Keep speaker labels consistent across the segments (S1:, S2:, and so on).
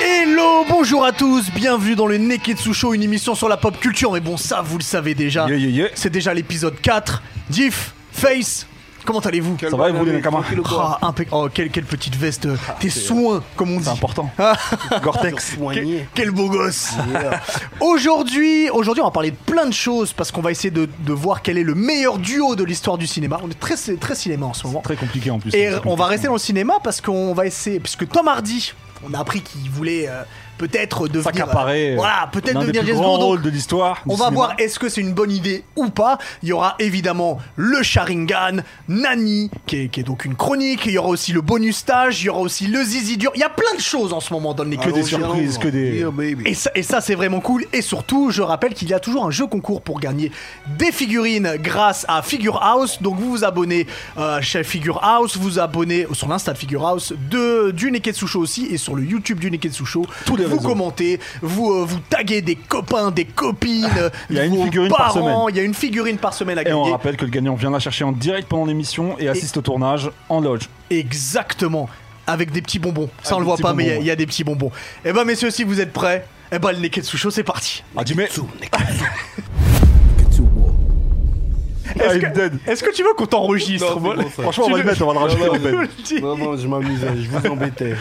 S1: Hello, bonjour à tous, bienvenue dans le Neketsu Show, une émission sur la pop culture. Mais bon, ça, vous le savez déjà.
S2: Yeah, yeah, yeah.
S1: C'est déjà l'épisode 4. Diff, Face, comment allez-vous
S2: Ça va et vous les Nakama
S1: Ah, impec- Oh, quelle, quelle petite veste. euh, Tes soins, comme on dit.
S2: Ah, C'est important.
S1: Ah.
S2: Gore-Tex.
S1: Quel, quel beau gosse
S2: Ah,
S1: Aujourd'hui, aujourd'hui, on va parler de plein de choses parce qu'on va essayer de, de voir quel est le meilleur duo de l'histoire du cinéma. On est très, très cinéma en ce moment.
S2: Très compliqué en plus.
S1: Et on va rester dans le cinéma parce qu'on va essayer, puisque Tom Hardy, on a appris qu'il voulait euh, peut-être devenir,
S2: S'accaparer.
S1: euh, voilà, peut-être
S2: l'un des
S1: devenir
S2: plus
S1: James
S2: grands
S1: Bond. donc
S2: rôles de l'histoire. du
S1: on va
S2: cinéma.
S1: voir est-ce que c'est une bonne idée ou pas. Il y aura évidemment le Sharingan, Nani, qui est, qui est donc une chronique. Il y aura aussi le bonus stage. Il y aura aussi le Zizi dur. Il y a plein de choses en ce moment dans les
S2: Que des surprises, que des.
S1: et ça, et ça, c'est vraiment cool. Et surtout, je rappelle qu'il y a toujours un jeu concours pour gagner des figurines grâce à Figure House. Donc vous vous abonnez euh, chez Figure House, vous vous abonnez sur l'insta de Figure House, de, du Neketsu Show aussi et sur le YouTube du Neketsu Show.
S2: Tous les
S1: vous
S2: réseaux.
S1: commentez, vous, euh, vous taguez des copains, des copines,
S2: Il y a une
S1: vos
S2: figurine par
S1: parents. Il y a une figurine par semaine à
S2: Et on
S1: gagner.
S2: rappelle que le gagnant vient la chercher en direct pendant l'émission et assiste au tournage en loge.
S1: Exactement. Avec des petits bonbons. Ça,
S2: Avec
S1: on le
S2: des
S1: voit
S2: petits
S1: pas, mais il y a-
S2: bonbons,
S1: il y, a des petits bonbons. Et ben, messieurs, si vous êtes prêts, et ben, le Neketsu Show, c'est parti.
S2: Ah, dis mais.
S1: Est-ce
S2: I'm Ah, dead.
S1: que, est-ce que tu veux qu'on t'enregistre
S3: Non,
S1: moi
S3: c'est bon, ça.
S2: Franchement, on va
S1: Tu
S2: le mettre, on va le
S1: veux-
S2: rajouter
S1: je
S2: en
S1: te le
S2: peine.
S1: dis.
S3: Non, non, je m'amusais, je vous embêtais.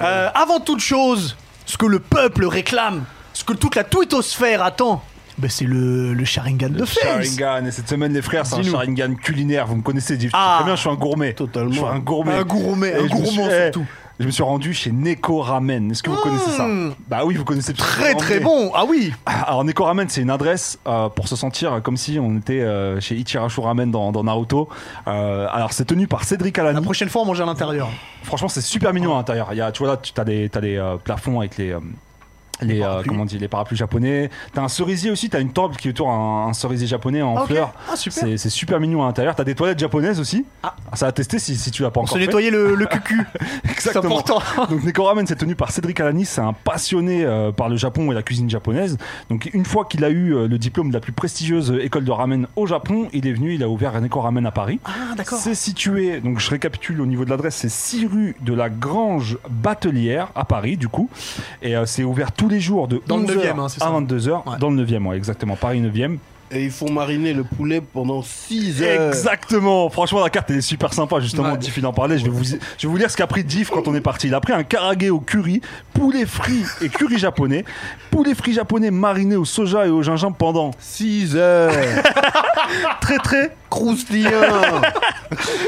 S1: Euh, Avant toute chose, ce que le peuple réclame, ce que toute la twittosphère attend, ben, c'est le, le Sharingan de Face.
S2: Sharingan, et cette semaine, les frères, c'est un
S1: Dis-nous.
S2: Sharingan culinaire. Vous me connaissez, Div.
S1: Ah.
S2: Très bien, je suis un gourmet.
S3: Totalement.
S2: Je suis un gourmet.
S1: Un gourmet,
S2: Et
S1: un
S2: je me suis-
S1: gourmand
S2: eh,
S1: surtout.
S2: Je me suis rendu chez Neko Ramen. Est-ce que vous connaissez ça Bah oui, vous connaissez
S1: Mmh. Très
S2: tout
S1: très
S2: bon
S1: bon, ah oui.
S2: Alors Neko Ramen, c'est une adresse euh, pour se sentir comme si on était euh, chez Ichirachu Ramen dans, dans Naruto. Euh, alors c'est tenu par Cédric
S1: La
S2: Alani.
S1: prochaine fois, on mange à l'intérieur.
S2: Franchement, c'est super
S1: Ah.
S2: mignon à l'intérieur. Il y a, tu vois là, tu as des, t'as des euh, plafonds avec les euh, les, euh,
S1: parapluies.
S2: comment on dit, les parapluies japonais. T'as un cerisier aussi, t'as une table qui est autour un, un cerisier japonais en
S1: Ah, ok.
S2: fleurs.
S1: Ah, super.
S2: C'est c'est super mignon à l'intérieur. T'as des toilettes japonaises aussi.
S1: Ah.
S2: Ça à tester si, si tu l'as pas
S1: On
S2: encore
S1: se
S2: fait.
S1: nettoyer le, le cucu. C'est
S2: Exactement.
S1: important.
S2: Donc Neko Ramen, c'est tenu par Cédric Alanis, c'est un passionné euh, par le Japon et la cuisine japonaise. Donc une fois qu'il a eu euh, le diplôme de la plus prestigieuse euh, école de ramen au Japon, il est venu, il a ouvert Neko Ramen à Paris.
S1: Ah, d'accord.
S2: C'est situé, donc je récapitule au niveau de l'adresse, c'est 6 rue de la Grange Batelière à Paris du coup. Et euh, c'est ouvert tous les jours de
S1: Dans le
S2: 11h
S1: 9e, hein, c'est ça
S2: à 22h
S1: Ouais.
S2: dans le 9e, ouais, exactement, Paris 9e.
S3: Et ils font mariner le poulet pendant 6 heures.
S2: Exactement. Franchement, la carte elle est super sympa. Justement,
S1: Ouais.
S2: Diff il en parlait. Je vais vous, je vais vous lire ce qu'a pris Diff quand on est parti. Il a pris un karagé au curry, poulet frit et curry japonais, poulet frit japonais mariné au soja et au gingembre pendant
S3: 6 heures.
S2: très très
S3: Croustillant.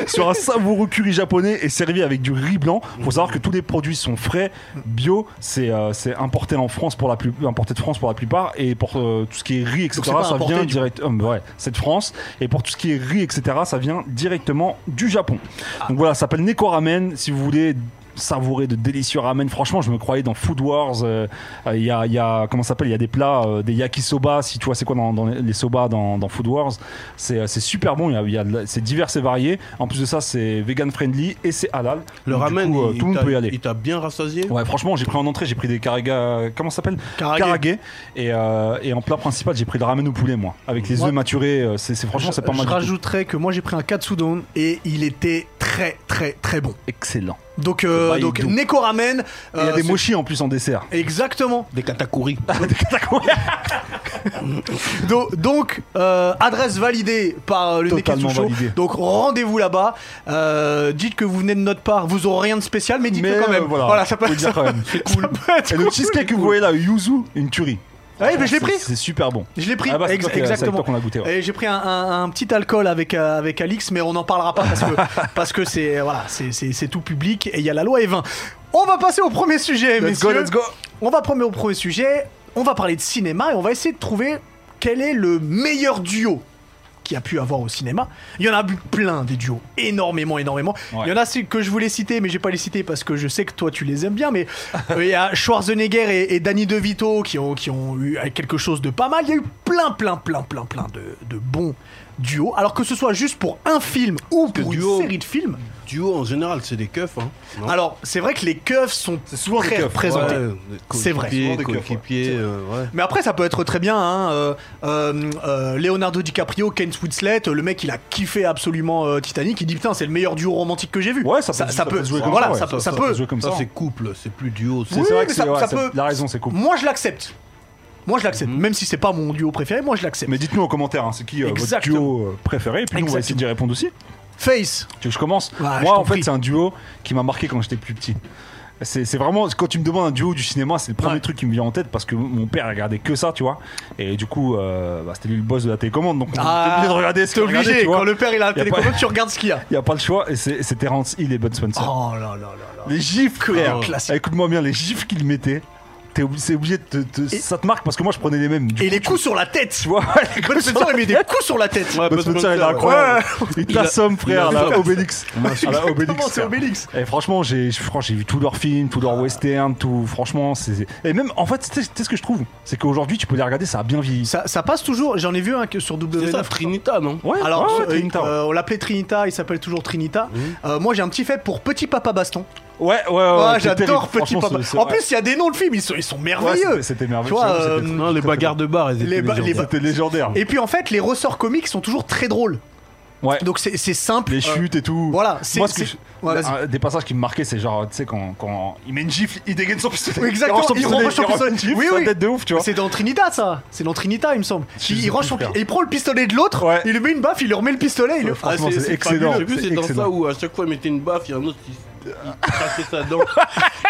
S2: sur un savoureux curry japonais et servi avec du riz blanc. Faut savoir que tous les produits sont frais, bio. C'est euh, c'est importé en France pour la plus, importé de France pour la plupart et pour euh, tout ce qui est riz etc.
S1: c'est pas
S2: Ça
S1: importé,
S2: vient
S1: du
S2: direct. hum, ouais, c'est de France et pour tout ce qui est riz etc. Ça vient directement du Japon.
S3: Ah.
S2: Donc voilà, ça s'appelle Neko Ramen. Si vous voulez savourer de délicieux ramen franchement je me croyais dans Food Wars euh, euh, il y, a, il y a comment ça s'appelle il y a des plats euh, des yakisoba si tu vois c'est quoi dans, dans les soba dans, dans Food Wars c'est euh, c'est super bon il y a- il y a de la- c'est divers et varié en plus de ça c'est vegan friendly et c'est halal
S3: Le
S2: Donc, du
S3: ramen,
S2: coup, euh,
S3: il
S2: tout le monde
S3: t'a-
S2: peut y aller
S3: Il t'a bien rassasié
S2: Ouais, franchement, j'ai pris en entrée, j'ai pris des karaga. Comment ça s'appelle
S1: Karagé.
S2: Et, euh, et en plat principal, j'ai pris le ramen au poulet, moi. Avec les
S1: Moi-
S2: œufs maturés, euh, c'est c'est- franchement, c'est pas
S1: Je-
S2: mal.
S1: Je
S2: du tout.
S1: rajouterais que moi, j'ai pris un katsudon et il était très très très bon.
S2: Excellent.
S1: Donc, euh,
S2: Bah, il est
S1: donc
S2: doux.
S1: Neko Ramen.
S2: Et Il y a
S1: euh,
S2: des
S1: c'est-
S2: mochis en plus en dessert.
S1: Exactement.
S3: Des katakuri.
S1: Do- donc, euh, adresse validée par euh, le
S2: Totalement
S1: Neketsu Show.
S2: validée.
S1: Donc, rendez-vous là-bas. Euh, dites que vous venez de notre part. Vous aurez rien de spécial, mais dites-le
S2: Mais,
S1: quand même.
S2: euh, voilà,
S1: ça peut
S2: faut le dire quand même.
S1: C'est cool.
S2: Et le cheesecake que vous voyez là, yuzu, une tuerie.
S1: Ouais, mais je l'ai
S2: C'est-
S1: pris.
S2: C'est super bon.
S1: Je l'ai pris,
S2: Ah bah, c'est
S1: ex-
S2: toi qui- c'est avec
S1: exactement.
S2: toi qu'on a goûté, ouais.
S1: Et j'ai pris un, un- un petit alcool avec, euh, avec Alix, mais on n'en parlera pas parce que parce que c'est voilà, c'est- c'est c'est tout public et il y a la loi E20. On va passer au premier sujet,
S2: Let's go,
S1: messieurs.
S2: let's go.
S1: On va premier au premier sujet. On va parler de cinéma et on va essayer de trouver quel est le meilleur duo qu'il y a pu avoir au cinéma. Il y en a eu plein des duos, énormément, énormément.
S2: Ouais.
S1: Il y en a c'est que je voulais citer, mais j'ai pas les citer parce que je sais que toi tu les aimes bien. Mais euh, il y a Schwarzenegger et, et Danny DeVito qui ont, qui ont eu euh, quelque chose de pas mal. Il y a eu plein, plein, plein, plein, plein de, de bons duos. Alors que ce soit juste pour un film ou pour une
S3: duo-
S1: série de films,
S3: duos, en général, c'est des keufs. Hein, non
S1: Alors, c'est vrai que les keufs sont souvent
S2: des
S1: très
S2: keufs,
S1: représentés.
S3: Ouais,
S1: C'est vrai.
S3: coéquipiers,
S2: Souvent des keufs, ouais.
S3: coéquipiers, euh, ouais.
S1: Mais après, ça peut être très bien. Hein. euh, euh, euh, Leonardo DiCaprio, Kate Winslet, euh, le mec, il a kiffé absolument euh, Titanic. Il dit putain, c'est le meilleur duo romantique que j'ai vu.
S2: Ouais, ça peut- ça peut
S1: peut.
S2: se jouer comme
S1: Voilà,
S2: ça, ouais,
S1: ça peut- ça
S2: ça- ça
S1: peut.
S2: se joue comme
S3: Ça,
S2: ça.
S3: c'est couple, c'est plus duo.
S2: C'est
S1: Oui,
S2: vrai
S1: mais
S2: que
S1: ça-
S2: c'est- ouais,
S1: ça
S2: c'est-
S1: peut-
S2: La raison, c'est cool.
S1: Moi, je l'accepte. Moi, je l'accepte. Même si c'est pas mon duo préféré, moi, je l'accepte.
S2: Mhm. Mais dites-nous en commentaire, hein, c'est qui euh, votre
S1: Exactement.
S2: duo euh, préféré Et puis nous, on va essayer
S1: Exactement.
S2: d'y répondre aussi.
S1: Face.
S2: Tu veux que je commence
S1: Ouais, je
S2: Moi,
S1: t'en
S2: en fait,
S1: prie.
S2: c'est un duo qui m'a marqué quand j'étais plus petit. C'est c'est vraiment, quand tu me demandes un duo du cinéma, c'est le premier
S1: Ouais.
S2: truc qui me vient en tête parce que mon père regardait que ça, tu vois. Et du coup, euh, bah, c'était lui le boss de la télécommande, donc on était obligé de regarder ce
S1: Ah, t'es
S2: qu'il regardait,
S1: obligé.
S2: tu vois.
S1: Quand le père il a la
S2: Y a pas-
S1: télécommande, tu regardes ce qu'il y a.
S2: Il n'y a pas le choix, et c'est- c'était Terence Hill et Bud Spencer.
S1: Oh là là là là.
S2: Les gifs,
S1: un classique.
S2: Écoute-moi bien, les gifs qu'il mettait, t'es obli- c'est obligé de te- te-
S1: Et-
S2: ça te marque parce que moi je prenais les mêmes. Du
S1: Et
S2: coup,
S1: les coups sur la tête.
S2: tu vois, les
S1: Bonne
S2: coups sur
S1: sensation,
S2: la
S1: il met des
S2: tête.
S1: coups sur la tête.
S3: Ouais,
S2: Bud
S3: Bud
S2: Spencer, il est
S3: Spencer,
S2: incroyable. Il
S3: Il a-
S2: t'assomme, frère,
S3: il a-
S2: là, Obélix. À la
S1: Exactement,
S2: Obélix.
S1: c'est
S2: frère.
S1: Obélix. Ah.
S2: Et franchement, j'ai je crois que j'ai vu tous leurs films, tous leurs westerns, tout. Franchement, c'est. Et même, en fait, tu sais- tu sais ce que je trouve C'est qu'aujourd'hui, tu peux les regarder, ça a bien vieilli.
S1: Ça, ça passe toujours. J'en ai vu un que sur
S3: C'est ça,
S1: W9.
S3: Trinita, non
S2: Ouais,
S1: Alors,
S2: ouais,
S1: ce-
S2: ouais, t'as une tarte.
S1: euh, on l'appelait Trinita, il s'appelle toujours Trinita.
S2: Mhm.
S1: Euh, moi, j'ai un petit fait pour Petit Papa Baston.
S2: ouais, ouais, ouais,
S1: Ah,
S2: Oh, c'est terrible.
S1: j'adore Petit
S2: Franchement,
S1: Papa.
S2: c'est- c'est-
S1: En
S2: ouais.
S1: plus, il y a des noms de films, ils sont, ils sont
S2: Ouais,
S1: merveilleux.
S2: c'était- c'était
S1: tu
S2: merveilleux.
S1: vois,
S2: c'est vrai que
S1: euh,
S2: c'était-
S3: Non, les
S2: très,
S3: bagarres de bar, elles étaient
S1: Les ba- les
S3: légendaires.
S1: ba-
S2: C'était légendaire.
S1: Et puis, en fait, les ressorts comiques sont toujours très drôles.
S2: Ouais.
S1: Donc, c'est c'est simple.
S2: les
S1: Euh,
S2: chutes et tout.
S1: voilà, c'est-
S2: Moi, ce que
S1: c'est-
S2: je-
S1: ouais, vas-y.
S2: un des passages qui me marquaient, c'est genre, tu sais, quand, quand il met une gifle, il dégaine son pistolet.
S1: Oui, exactement,
S2: il range son
S1: il
S2: pistolet,
S1: range son
S2: il range
S1: pistolet.
S2: une gifle,
S1: Oui,
S2: ça
S1: oui.
S2: date de ouf, tu vois.
S1: C'est dans Trinita, ça. C'est dans Trinita, il me semble.
S2: Je
S1: Il, il
S2: sais
S1: range
S2: plus,
S1: son pi-
S2: frère.
S1: il prend le pistolet de l'autre,
S2: Ouais. Ah,
S1: il lui met une baffe, il lui remet le pistolet. Il lui-
S2: Euh, Franchement, c'est excellent.
S3: fabuleux. J'ai vu,
S2: C'est
S3: c'est dans
S2: excellent.
S3: ça où à chaque fois il mettait une baffe, il y a un autre qui il craquait sa dent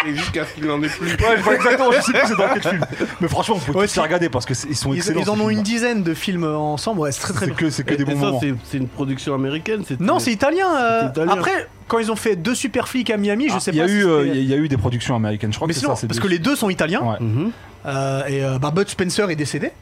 S3: et jusqu'à ce qu'il n'en ait plus.
S2: Ouais, je vois exactement, je sais plus c'est dans quel film. Mais franchement, faut
S1: Ouais,
S2: tous les regarder parce que c'est- ils sont
S1: Ils,
S2: excellents.
S1: ils en
S2: ces
S1: ont une
S2: films-là.
S1: dizaine de films ensemble. Ouais, c'est très très
S2: C'est
S1: bien.
S2: que, c'est que
S3: Et-
S2: des bons
S3: et ça,
S2: moments.
S3: c'est- c'est une production américaine. c'était-
S1: Non, c'est italien, euh,
S3: C'était italien.
S1: Après, quand ils ont fait deux super flics à Miami, Ah, je sais
S2: Il y,
S1: pas.
S2: a
S1: si
S2: eu, euh,
S1: c'était-
S2: il y a eu des productions américaines, je crois
S1: Mais
S2: que c'est
S1: sinon,
S2: ça. c'est
S1: parce
S2: des-
S1: que les deux sont italiens.
S2: Ouais.
S3: Mhm.
S1: Euh, et euh, bah, Bud Spencer est décédé.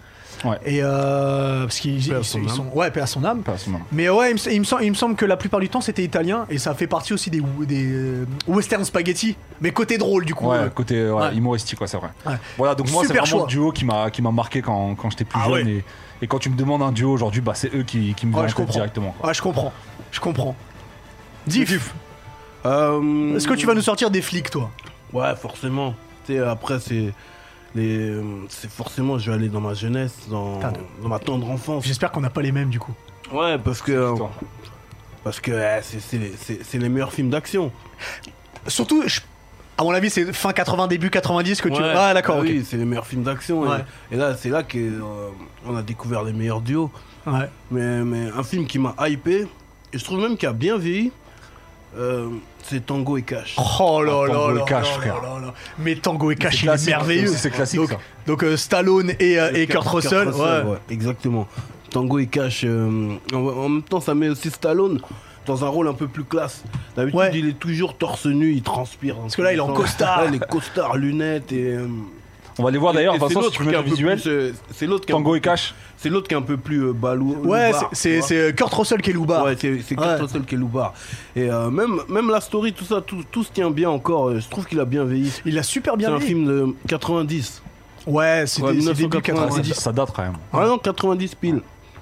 S2: Ouais.
S1: Et euh, parce qu'ils
S3: Paix à
S1: ils-
S3: son
S1: ils
S3: âme.
S1: sont, ouais, paix à son âme.
S2: Pas à ce moment.
S1: Mais euh, ouais, il me, il me sem- il me semble que la plupart du temps c'était italien et ça fait partie aussi des, des euh, western spaghetti, mais côté drôle du coup.
S2: Ouais,
S1: euh.
S2: côté ouais,
S1: Ouais.
S2: humoristique, quoi, c'est vrai.
S1: Ouais.
S2: Voilà, donc moi, c'est
S1: Super
S2: vraiment
S1: choix.
S2: le duo qui m'a qui m'a marqué quand, quand j'étais plus
S1: Ah
S2: jeune.
S1: ouais.
S2: Et, et quand tu me demandes un duo aujourd'hui, bah, c'est eux qui, qui me
S1: Ouais,
S2: viennent en
S1: je
S2: tête
S1: comprends.
S2: directement. quoi.
S1: Ouais, je comprends. Je comprends. Diff,
S3: Euh,
S1: est-ce que tu vas nous sortir des flics, toi
S3: Ouais, forcément. Tu sais, après, c'est. Les... euh, C'est forcément, je vais aller dans ma jeunesse, dans,
S1: Putain.
S3: dans ma tendre enfance.
S1: J'espère qu'on n'a pas les mêmes du coup.
S3: Ouais, parce que
S2: Putain.
S3: parce que euh, c'est- c'est- c'est c'est les meilleurs films d'action.
S1: Surtout, je- à mon avis, c'est fin 80, début 90 que tu.
S3: Ouais.
S1: Ah, d'accord,
S3: Ah
S1: ok.
S3: Oui, c'est les meilleurs films d'action. et-
S1: Ouais.
S3: Et, là, c'est là que euh, on a découvert les meilleurs duos.
S1: Ouais.
S3: Mais, mais un film qui m'a hypé, et je trouve même qu'il a bien vieilli, euh, c'est Tango et Cash.
S1: Oh là
S2: Ah,
S1: là
S2: Tango et
S1: là
S2: Cash,
S1: là
S2: frère.
S1: là là. Mais Tango et Cash,
S2: C'est
S1: il est
S2: classique,
S1: merveilleux.
S2: aussi, C'est classique.
S1: Donc,
S2: ça.
S1: donc, euh, Stallone et, euh, et Kurt Russell. ouais.
S3: ouais, Exactement. Tango et Cash. euh, en, en même temps, ça met aussi Stallone dans un rôle un peu plus classe. D'habitude,
S1: Ouais.
S3: il est toujours torse nu, il transpire. Parce
S1: que là, il est en costard.
S3: Il est costard, lunettes et. euh,
S2: On va les voir Ah, d'ailleurs,
S3: et- et c'est
S2: Vincent, si
S3: l'autre
S2: tu
S3: qui
S2: veux
S3: est
S2: le
S3: un peu
S2: visuel.
S3: plus, euh, C'est l'autre qui est un
S2: Tango
S3: peu
S2: et Cash.
S3: plus- C'est l'autre qui est un peu plus euh, balou.
S1: Ouais,
S3: loupard,
S1: c'est- c'est
S3: tu vois.
S1: c'est, euh, Kurt Russell qui est Loubar.
S3: Ouais, c'est c'est
S1: Ouais.
S3: Kurt Russell qui est loupard. Et euh, même, même la story, tout ça, tout, tout se tient bien encore. euh, Je trouve qu'il a bien vieilli.
S1: Il a super
S3: C'est
S1: bien
S3: un
S1: mis.
S3: film de 90.
S1: Ouais, c'est
S3: Ouais,
S1: des- c'est début
S3: 1990.
S1: 90.
S2: Ça, ça date quand même.
S3: Ah non, 90 pile.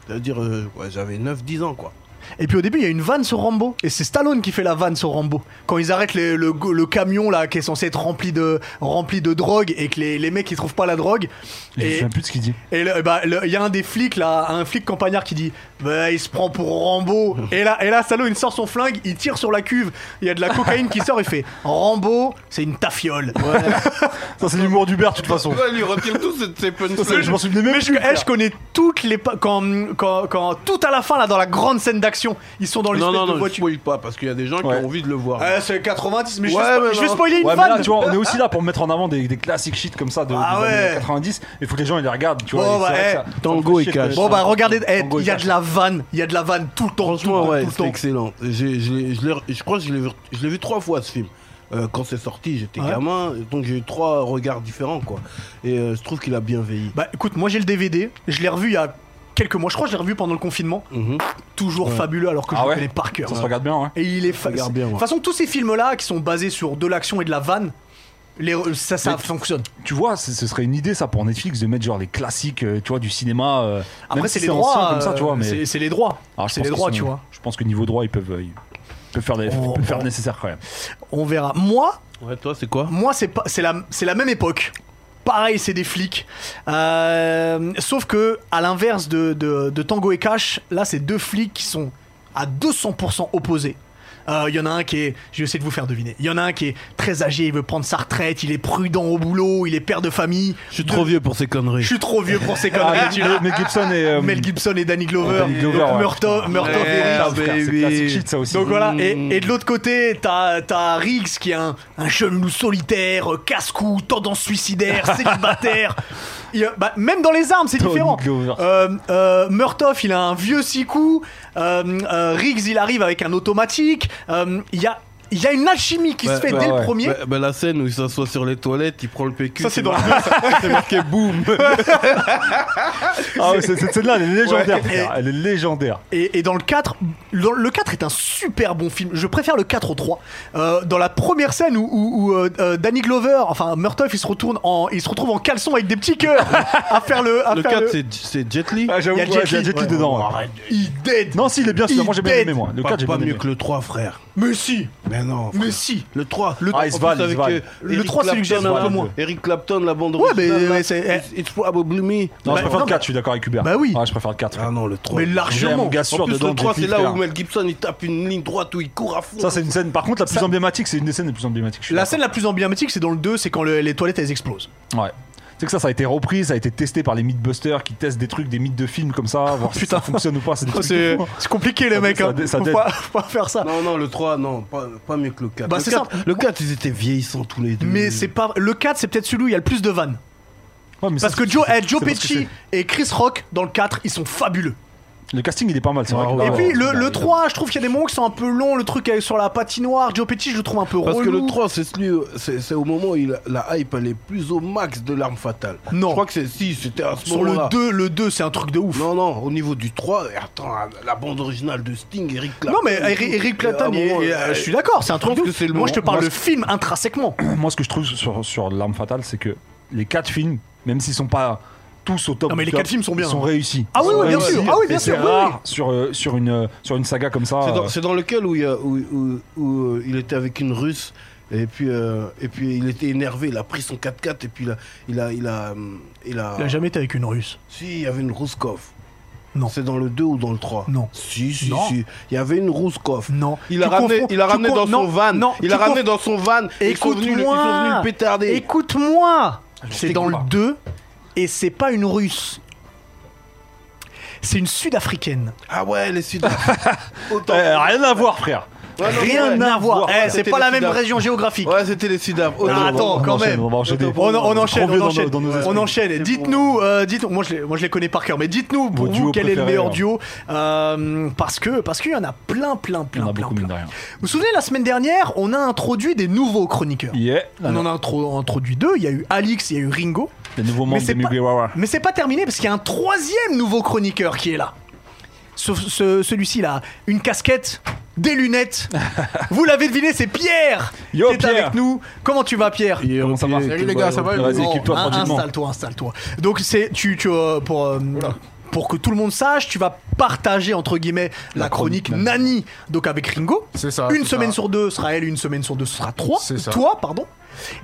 S3: C'est-à-dire, euh, ouais, j'avais 9-10 ans, quoi.
S1: Et puis au début, il y a une vanne sur Rambo. Et c'est Stallone qui fait la vanne sur Rambo. Quand ils arrêtent les- le, go- le camion là qui est censé être rempli de, rempli de drogue et que les, les mecs ils trouvent pas la drogue.
S2: Je me
S1: Et,
S2: souviens plus de ce qu'il dit.
S1: et le- bah, le- il y a un des flics là, un flic campagnard qui dit bah, il se prend pour Rambo. Et là, et là Stallone il sort son flingue, il tire sur la cuve. Il y a de la cocaïne qui sort et fait Rambo, c'est une tafiole.
S2: Ça, c'est l'humour d'Hubert, de toute façon.
S3: Ouais, lui retire tous ses- ses
S2: Ça, c'est-
S3: punchlines.
S2: Je m'en souvenais même
S1: Mais je,
S2: plus.
S1: eh, je connais toutes les pa- quand, quand, quand tout à la fin là dans la grande scène d'action ils sont dans
S3: Non,
S1: l'espèce
S3: non,
S1: de
S3: non, je
S1: voiture.
S3: spoil pas parce qu'il y a des gens
S2: Ouais.
S3: qui ont envie de le voir.
S1: Ah, c'est 90 mais je
S3: Ouais,
S1: vais spo-
S3: mais
S1: je vais
S3: non.
S1: spoiler une
S2: Ouais, mais
S1: vanne.
S2: là, tu vois, on est aussi là pour mettre en avant des, des classiques shit comme ça de,
S1: Ah
S2: des
S1: ouais.
S2: années 90. Il faut que les gens ils les regardent, tu vois.
S1: Bon,
S2: et c'est
S1: bah,
S2: vrai que
S1: eh,
S2: ça- ça me fait
S3: Tango et
S2: chier de-
S3: Cash.
S1: Bon bah regardez, eh,
S2: Tango et
S1: il y a
S2: Cash.
S1: de la vanne, il y a de la vanne tout le temps,
S3: Franchement,
S1: tout le
S3: ouais,
S1: temps, tout
S3: c'était
S1: le temps.
S3: excellent. J'ai- je l'ai- je l'ai- je crois que je l'ai vu, je l'ai vu trois fois ce film. Euh, quand c'est sorti, j'étais
S1: Ouais.
S3: gamin, donc j'ai eu trois regards différents, quoi. Et euh, je trouve qu'il a bien vieilli.
S1: Bah écoute, moi j'ai le DVD, je l'ai revu il y a quelques mois, je crois que je l'ai revu pendant le confinement,
S3: Mhm.
S1: toujours
S3: Ouais.
S1: fabuleux alors que je
S2: Ah
S1: le
S2: ouais
S1: connais par cœur.
S2: Ça se regarde bien, ouais.
S1: Et il est fa-
S3: regarde bien, ouais.
S1: De toute façon, tous ces films là qui sont basés sur de l'action et de la vanne, les... ça ça
S2: Mais-
S1: fonctionne.
S2: Tu vois, c'est- ce serait une idée ça pour Netflix de mettre genre les classiques, euh, tu vois, du cinéma. euh, même
S1: Après
S2: si
S1: c'est les
S2: ancien
S1: droits
S2: comme ça, tu vois.
S1: euh,
S2: Mais
S1: c'est- c'est les droits.
S2: Alors, je
S1: C'est
S2: pense
S1: les
S2: qu'ils
S1: droits,
S2: sont-
S1: tu vois.
S2: Je pense que niveau droit, ils peuvent. euh, ils- peut faire, des,
S1: Oh,
S2: peut faire
S1: oh.
S2: le nécessaire quand même.
S1: On verra. Moi,
S3: Ouais, toi, c'est quoi
S1: Moi, c'est pas, c'est la, c'est la même époque. Pareil, c'est des flics. Euh, sauf que, à l'inverse de, de- de Tango et Cash, là, c'est deux flics qui sont à 200% opposés. Euh, Il y en a un qui est, je vais essayer de vous faire deviner. Il y en a un qui est très âgé, il veut prendre sa retraite, il est prudent au boulot, il est père de famille.
S3: Je suis trop vieux pour ces conneries.
S1: Je suis trop vieux pour ces conneries.
S2: Ah,
S1: tu l'as.
S2: mais, mais Gibson et. euh,
S1: Mel Gibson et Danny Glover.
S2: Danny Glover,
S1: donc
S2: ouais,
S1: Murtaugh- Murtaugh et Riggs.
S2: putain, frère, c'est
S3: baby.
S2: classique shit, ça aussi.
S1: Donc voilà, et,
S3: Mmh.
S1: et de l'autre côté, t'as t'as Riggs qui est un, un jeune loup solitaire, euh, casse-cou, tendance suicidaire, célibataire. Il, euh, bah, même dans les armes, c'est
S2: Tony
S1: différent.
S2: Glover.
S1: Euh, euh, Murtoff, il a un vieux six coups. Euh, euh, Riggs, il arrive avec un automatique. Euh, Il y, a, il y a une alchimie qui
S3: Ouais,
S1: se fait
S3: ouais,
S1: dès le
S2: ouais.
S1: premier.
S3: Bah, bah, la scène où il s'assoit sur les toilettes, il prend le PQ.
S1: Ça, c'est dans le
S3: C'est marqué boum.
S2: Ah ouais, c'est- cette scène-là, elle est légendaire,
S1: Ouais.
S2: frère. Elle est légendaire.
S1: Et, et dans le 4, dans- le 4 est un super bon film. Je préfère le 4 au 3. Euh, dans la première scène où, où- où, euh, euh, Danny Glover, enfin Murtoff, il se retourne en, il se retrouve en caleçon avec des petits cœurs à faire le. À
S3: Le
S1: faire
S3: 4, c'est- c'est Jet Li.
S2: Ah, j'avoue,
S1: Il y
S2: ouais,
S1: a
S2: il y a
S1: Jet Li.
S2: Jet Li
S1: Ouais.
S2: dedans. ouais.
S1: Il dead.
S2: Non, si, il est bien celui-là. Moi, j'ai bien
S1: Il
S2: aimé, moi. Le
S3: Pas,
S2: 4, j'ai
S3: pas
S2: bien
S3: mieux
S2: aimé.
S3: que le 3, frère.
S1: Mais si,
S3: Mais non. frère.
S1: mais si.
S3: Le 3.
S1: Le-
S2: Ah, il se valent, ils se valent.
S3: euh,
S1: Le 3, c'est lui que j'aime un peu moins.
S3: Eric Clapton, la bande
S1: Ouais,
S3: originale.
S1: mais-
S3: là.
S1: mais c'est-
S3: It's- It's probably me.
S2: Non,
S1: Bah,
S2: je préfère
S1: non,
S2: le 4,
S1: mais-
S2: je suis d'accord avec Hubert.
S1: Bah oui.
S2: Ah, je préfère le 4.
S3: Ah non, le 3.
S1: Mais
S2: J'aime,
S1: largement.
S2: gars
S3: En
S2: sûr,
S3: plus,
S2: dedans.
S3: le 3,
S2: Jet Li,
S3: c'est là
S2: frère.
S3: où Mel Gibson il tape une ligne droite où il court à fond.
S2: Ça, c'est une scène, par contre, la plus
S1: Ça-
S2: emblématique. C'est une des scènes les plus emblématiques. je suis
S1: La
S2: d'accord.
S1: scène la plus emblématique, c'est dans le 2, c'est quand le- les toilettes elles explosent.
S2: Ouais. C'est que ça, ça a été repris, ça a été testé par les Mythbusters qui testent des trucs, des mythes de films comme ça, voir si ça fonctionne ou pas. C'est des trucs
S1: Oh, C'est
S2: de fou.
S1: c'est compliqué, les
S2: Ça-
S1: mecs.
S2: ça-
S1: hein.
S2: ça
S1: Faut
S2: dead.
S1: pas, faut pas faire ça.
S3: Non, non, le 3, non, pas, pas mieux que le 4.
S1: Bah,
S3: le,
S1: c'est
S3: 4
S1: simple.
S3: le 4, ils étaient vieillissants tous les deux.
S1: Mais c'est pas. Le 4, c'est peut-être celui où il y a le plus de vannes.
S2: Ouais, mais ça,
S1: Parce que
S2: c'est-
S1: Joe, eh,
S2: c'est-
S1: Joe
S2: c'est parce que
S1: Pesci et Chris Rock, dans le 4, ils sont fabuleux.
S2: c'est- Le casting, il est pas mal, c'est vrai.
S3: Ouais,
S2: que
S3: ouais,
S2: là,
S1: Oh, Et
S3: ouais.
S1: puis le, le 3, je trouve qu'il y a des moments qui sont un peu longs, le truc avec- sur la patinoire, Joe Petit, je le trouve un peu
S3: Parce que
S1: relou.
S3: le 3, c'est celui, c'est c'est au moment où il- la hype, elle est plus au max de l'arme fatale.
S1: Non.
S3: Je crois que c'est si, c'était à ce
S1: sur
S3: moment-là.
S1: le 2, le 2 c'est un truc de ouf.
S3: Non, non, au niveau du 3, et attends, la bande originale de Sting, Eric Clapton.
S1: Non, mais Eric, Eric Clapton,
S3: Et à un
S1: il-
S3: moment,
S1: il-
S3: euh,
S1: je suis d'accord, c'est un truc
S3: pense
S1: de
S3: que
S1: ouf.
S3: c'est le
S1: Moi je te
S3: moment-
S1: parle
S3: moi,
S1: de film intrinsèquement.
S2: Moi, ce que je trouve sur, sur L'Arme Fatale, c'est que les 4 films, même s'ils sont pas tous au top,
S1: Non, mais
S2: du
S1: les quatre
S2: top,
S1: films sont bien.
S2: Ils sont réussis.
S1: Ah oui,
S2: Ils
S1: oui,
S2: sont
S1: bien
S2: réussis.
S1: sûr. Ah oui, bien
S2: Et
S1: sûr,
S2: C'est
S1: oui, oui.
S2: rare sur, euh, sur, une, sur une saga comme ça.
S3: C'est
S2: euh,
S3: dans, c'est dans lequel où, il y a- où- où- où, euh, il était avec une russe et puis, euh, et puis il était énervé, il a pris son 4x4 et puis il a. Il a, il a, hum, il a,
S1: Il a jamais été avec une russe.
S3: Si, il y avait une Rouskov.
S1: Non.
S3: C'est dans le 2 ou dans le 3
S1: Non.
S3: Si, si,
S1: Non.
S3: si. Il y avait une Rouskov.
S1: Non.
S3: Il a
S1: Tu
S3: ramené,
S1: confonds-
S3: il a
S1: tu
S3: ramené
S1: con-
S3: dans son
S1: non,
S3: van.
S1: non,
S3: il
S1: tu
S3: a ramené
S1: conf-
S3: dans son van. Et ils sont venus, le- ils sont venus le
S1: Écoute-moi.
S3: pétarder.
S1: Écoute-moi.
S2: Je
S1: C'est
S2: t'écoute
S1: dans le
S2: pas.
S1: 2 et c'est pas une russe. C'est une sud-africaine.
S3: Ah ouais, les Sud. Autant.
S2: euh, rien à voir, frère.
S3: Ouais, Ah non,
S1: Eh, Rien
S3: ouais.
S1: à voir.
S3: Ouais,
S1: Eh, c'est
S3: c'était
S1: pas
S3: les
S1: la même
S3: Sud-Af.
S1: région géographique.
S3: Ouais, c'était les Sudaf.
S1: Ah, attends,
S2: on
S1: quand
S2: enchaîne,
S1: même.
S2: on va enchaîner.
S1: On, on enchaîne,
S2: Trop vieux
S1: on
S2: dans nos-
S1: enchaîne,
S2: dans nos
S1: on
S2: esprits.
S1: enchaîne. Dites-nous, euh, dites moi je les, moi je les connais par cœur, mais dites-nous pour
S2: Vos
S1: vous
S2: duos
S1: quel est le meilleur
S2: préférés,
S1: duo, euh, parce que parce qu'il y en a plein, plein,
S2: Il y
S1: plein,
S2: en a
S1: plein,
S2: beaucoup,
S1: plein.
S2: mine de rien.
S1: Vous vous souvenez la semaine dernière, on a introduit des nouveaux chroniqueurs.
S2: Yeah.
S1: On en a intro- introduit deux. Il y a eu Alix, il y a eu Ringo.
S2: Les nouveaux membres
S1: c'est
S2: de
S1: pas- Ah,
S2: Mugiwara.
S1: Mais c'est pas terminé parce qu'il y a un troisième nouveau chroniqueur qui est là. Ce- ce- Celui-ci là, une casquette, des lunettes. Vous l'avez deviné, c'est Pierre
S2: Yo,
S1: qui est
S2: Pierre.
S1: avec nous. Comment tu vas Pierre
S2: Comment ça va
S4: Salut les gars, ça va
S2: Vas-y,
S1: Non,
S2: équipe-toi
S1: un-
S2: tranquillement.
S1: Installe-toi, installe-toi. Donc c'est tu, tu, euh, pour euh, pour que tout le monde sache, tu vas partager entre guillemets la, chronique, Nani donc avec Ringo.
S4: C'est ça,
S1: Une
S4: c'est
S1: semaine
S4: ça.
S1: sur deux sera elle, une semaine sur deux ce sera trois.
S4: C'est ça.
S1: Toi, Oh, pardon.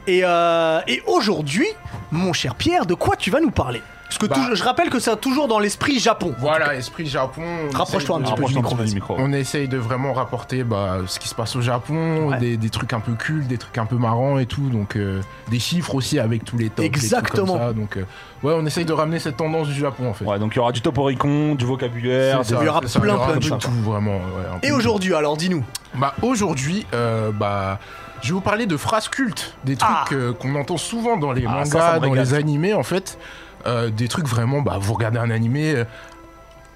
S1: Et euh, et aujourd'hui, mon cher Pierre, de quoi tu vas nous parler Parce que
S4: Bah.
S1: tou- je rappelle que c'est toujours dans l'esprit Japon.
S4: Voilà, esprit Japon. on
S1: Rapproche-toi
S4: essaye
S1: un petit peu.
S2: Rapproche-toi
S4: de-
S2: un petit peu Ah, du micro.
S4: On essaye de vraiment rapporter bah, ce qui se passe au Japon,
S1: Ouais.
S4: des, des trucs un peu cultes, des trucs un peu marrants et tout, donc euh, des chiffres aussi avec tous les tops. des trucs
S1: Exactement.
S4: comme ça, donc euh, ouais, on essaye de ramener cette tendance du Japon en fait.
S2: Ouais, donc il y aura du top Oricon, du vocabulaire,
S4: C'est
S2: des-
S4: ça,
S1: il y aura
S4: c'est ça,
S1: plein,
S4: il y aura
S1: plein de
S4: du
S1: trucs.
S4: tout vraiment. ouais, un peu
S1: Et
S4: de tout.
S1: aujourd'hui, alors dis-nous.
S4: Bah aujourd'hui, euh, bah, je vais vous parler de phrases cultes, des trucs
S1: Ah.
S4: euh, qu'on entend souvent dans les
S2: Ah,
S4: mangas,
S2: ça, ça me
S4: dans
S2: régale.
S4: les animés en fait, Euh, des trucs vraiment. Bah, vous regardez un animé. euh,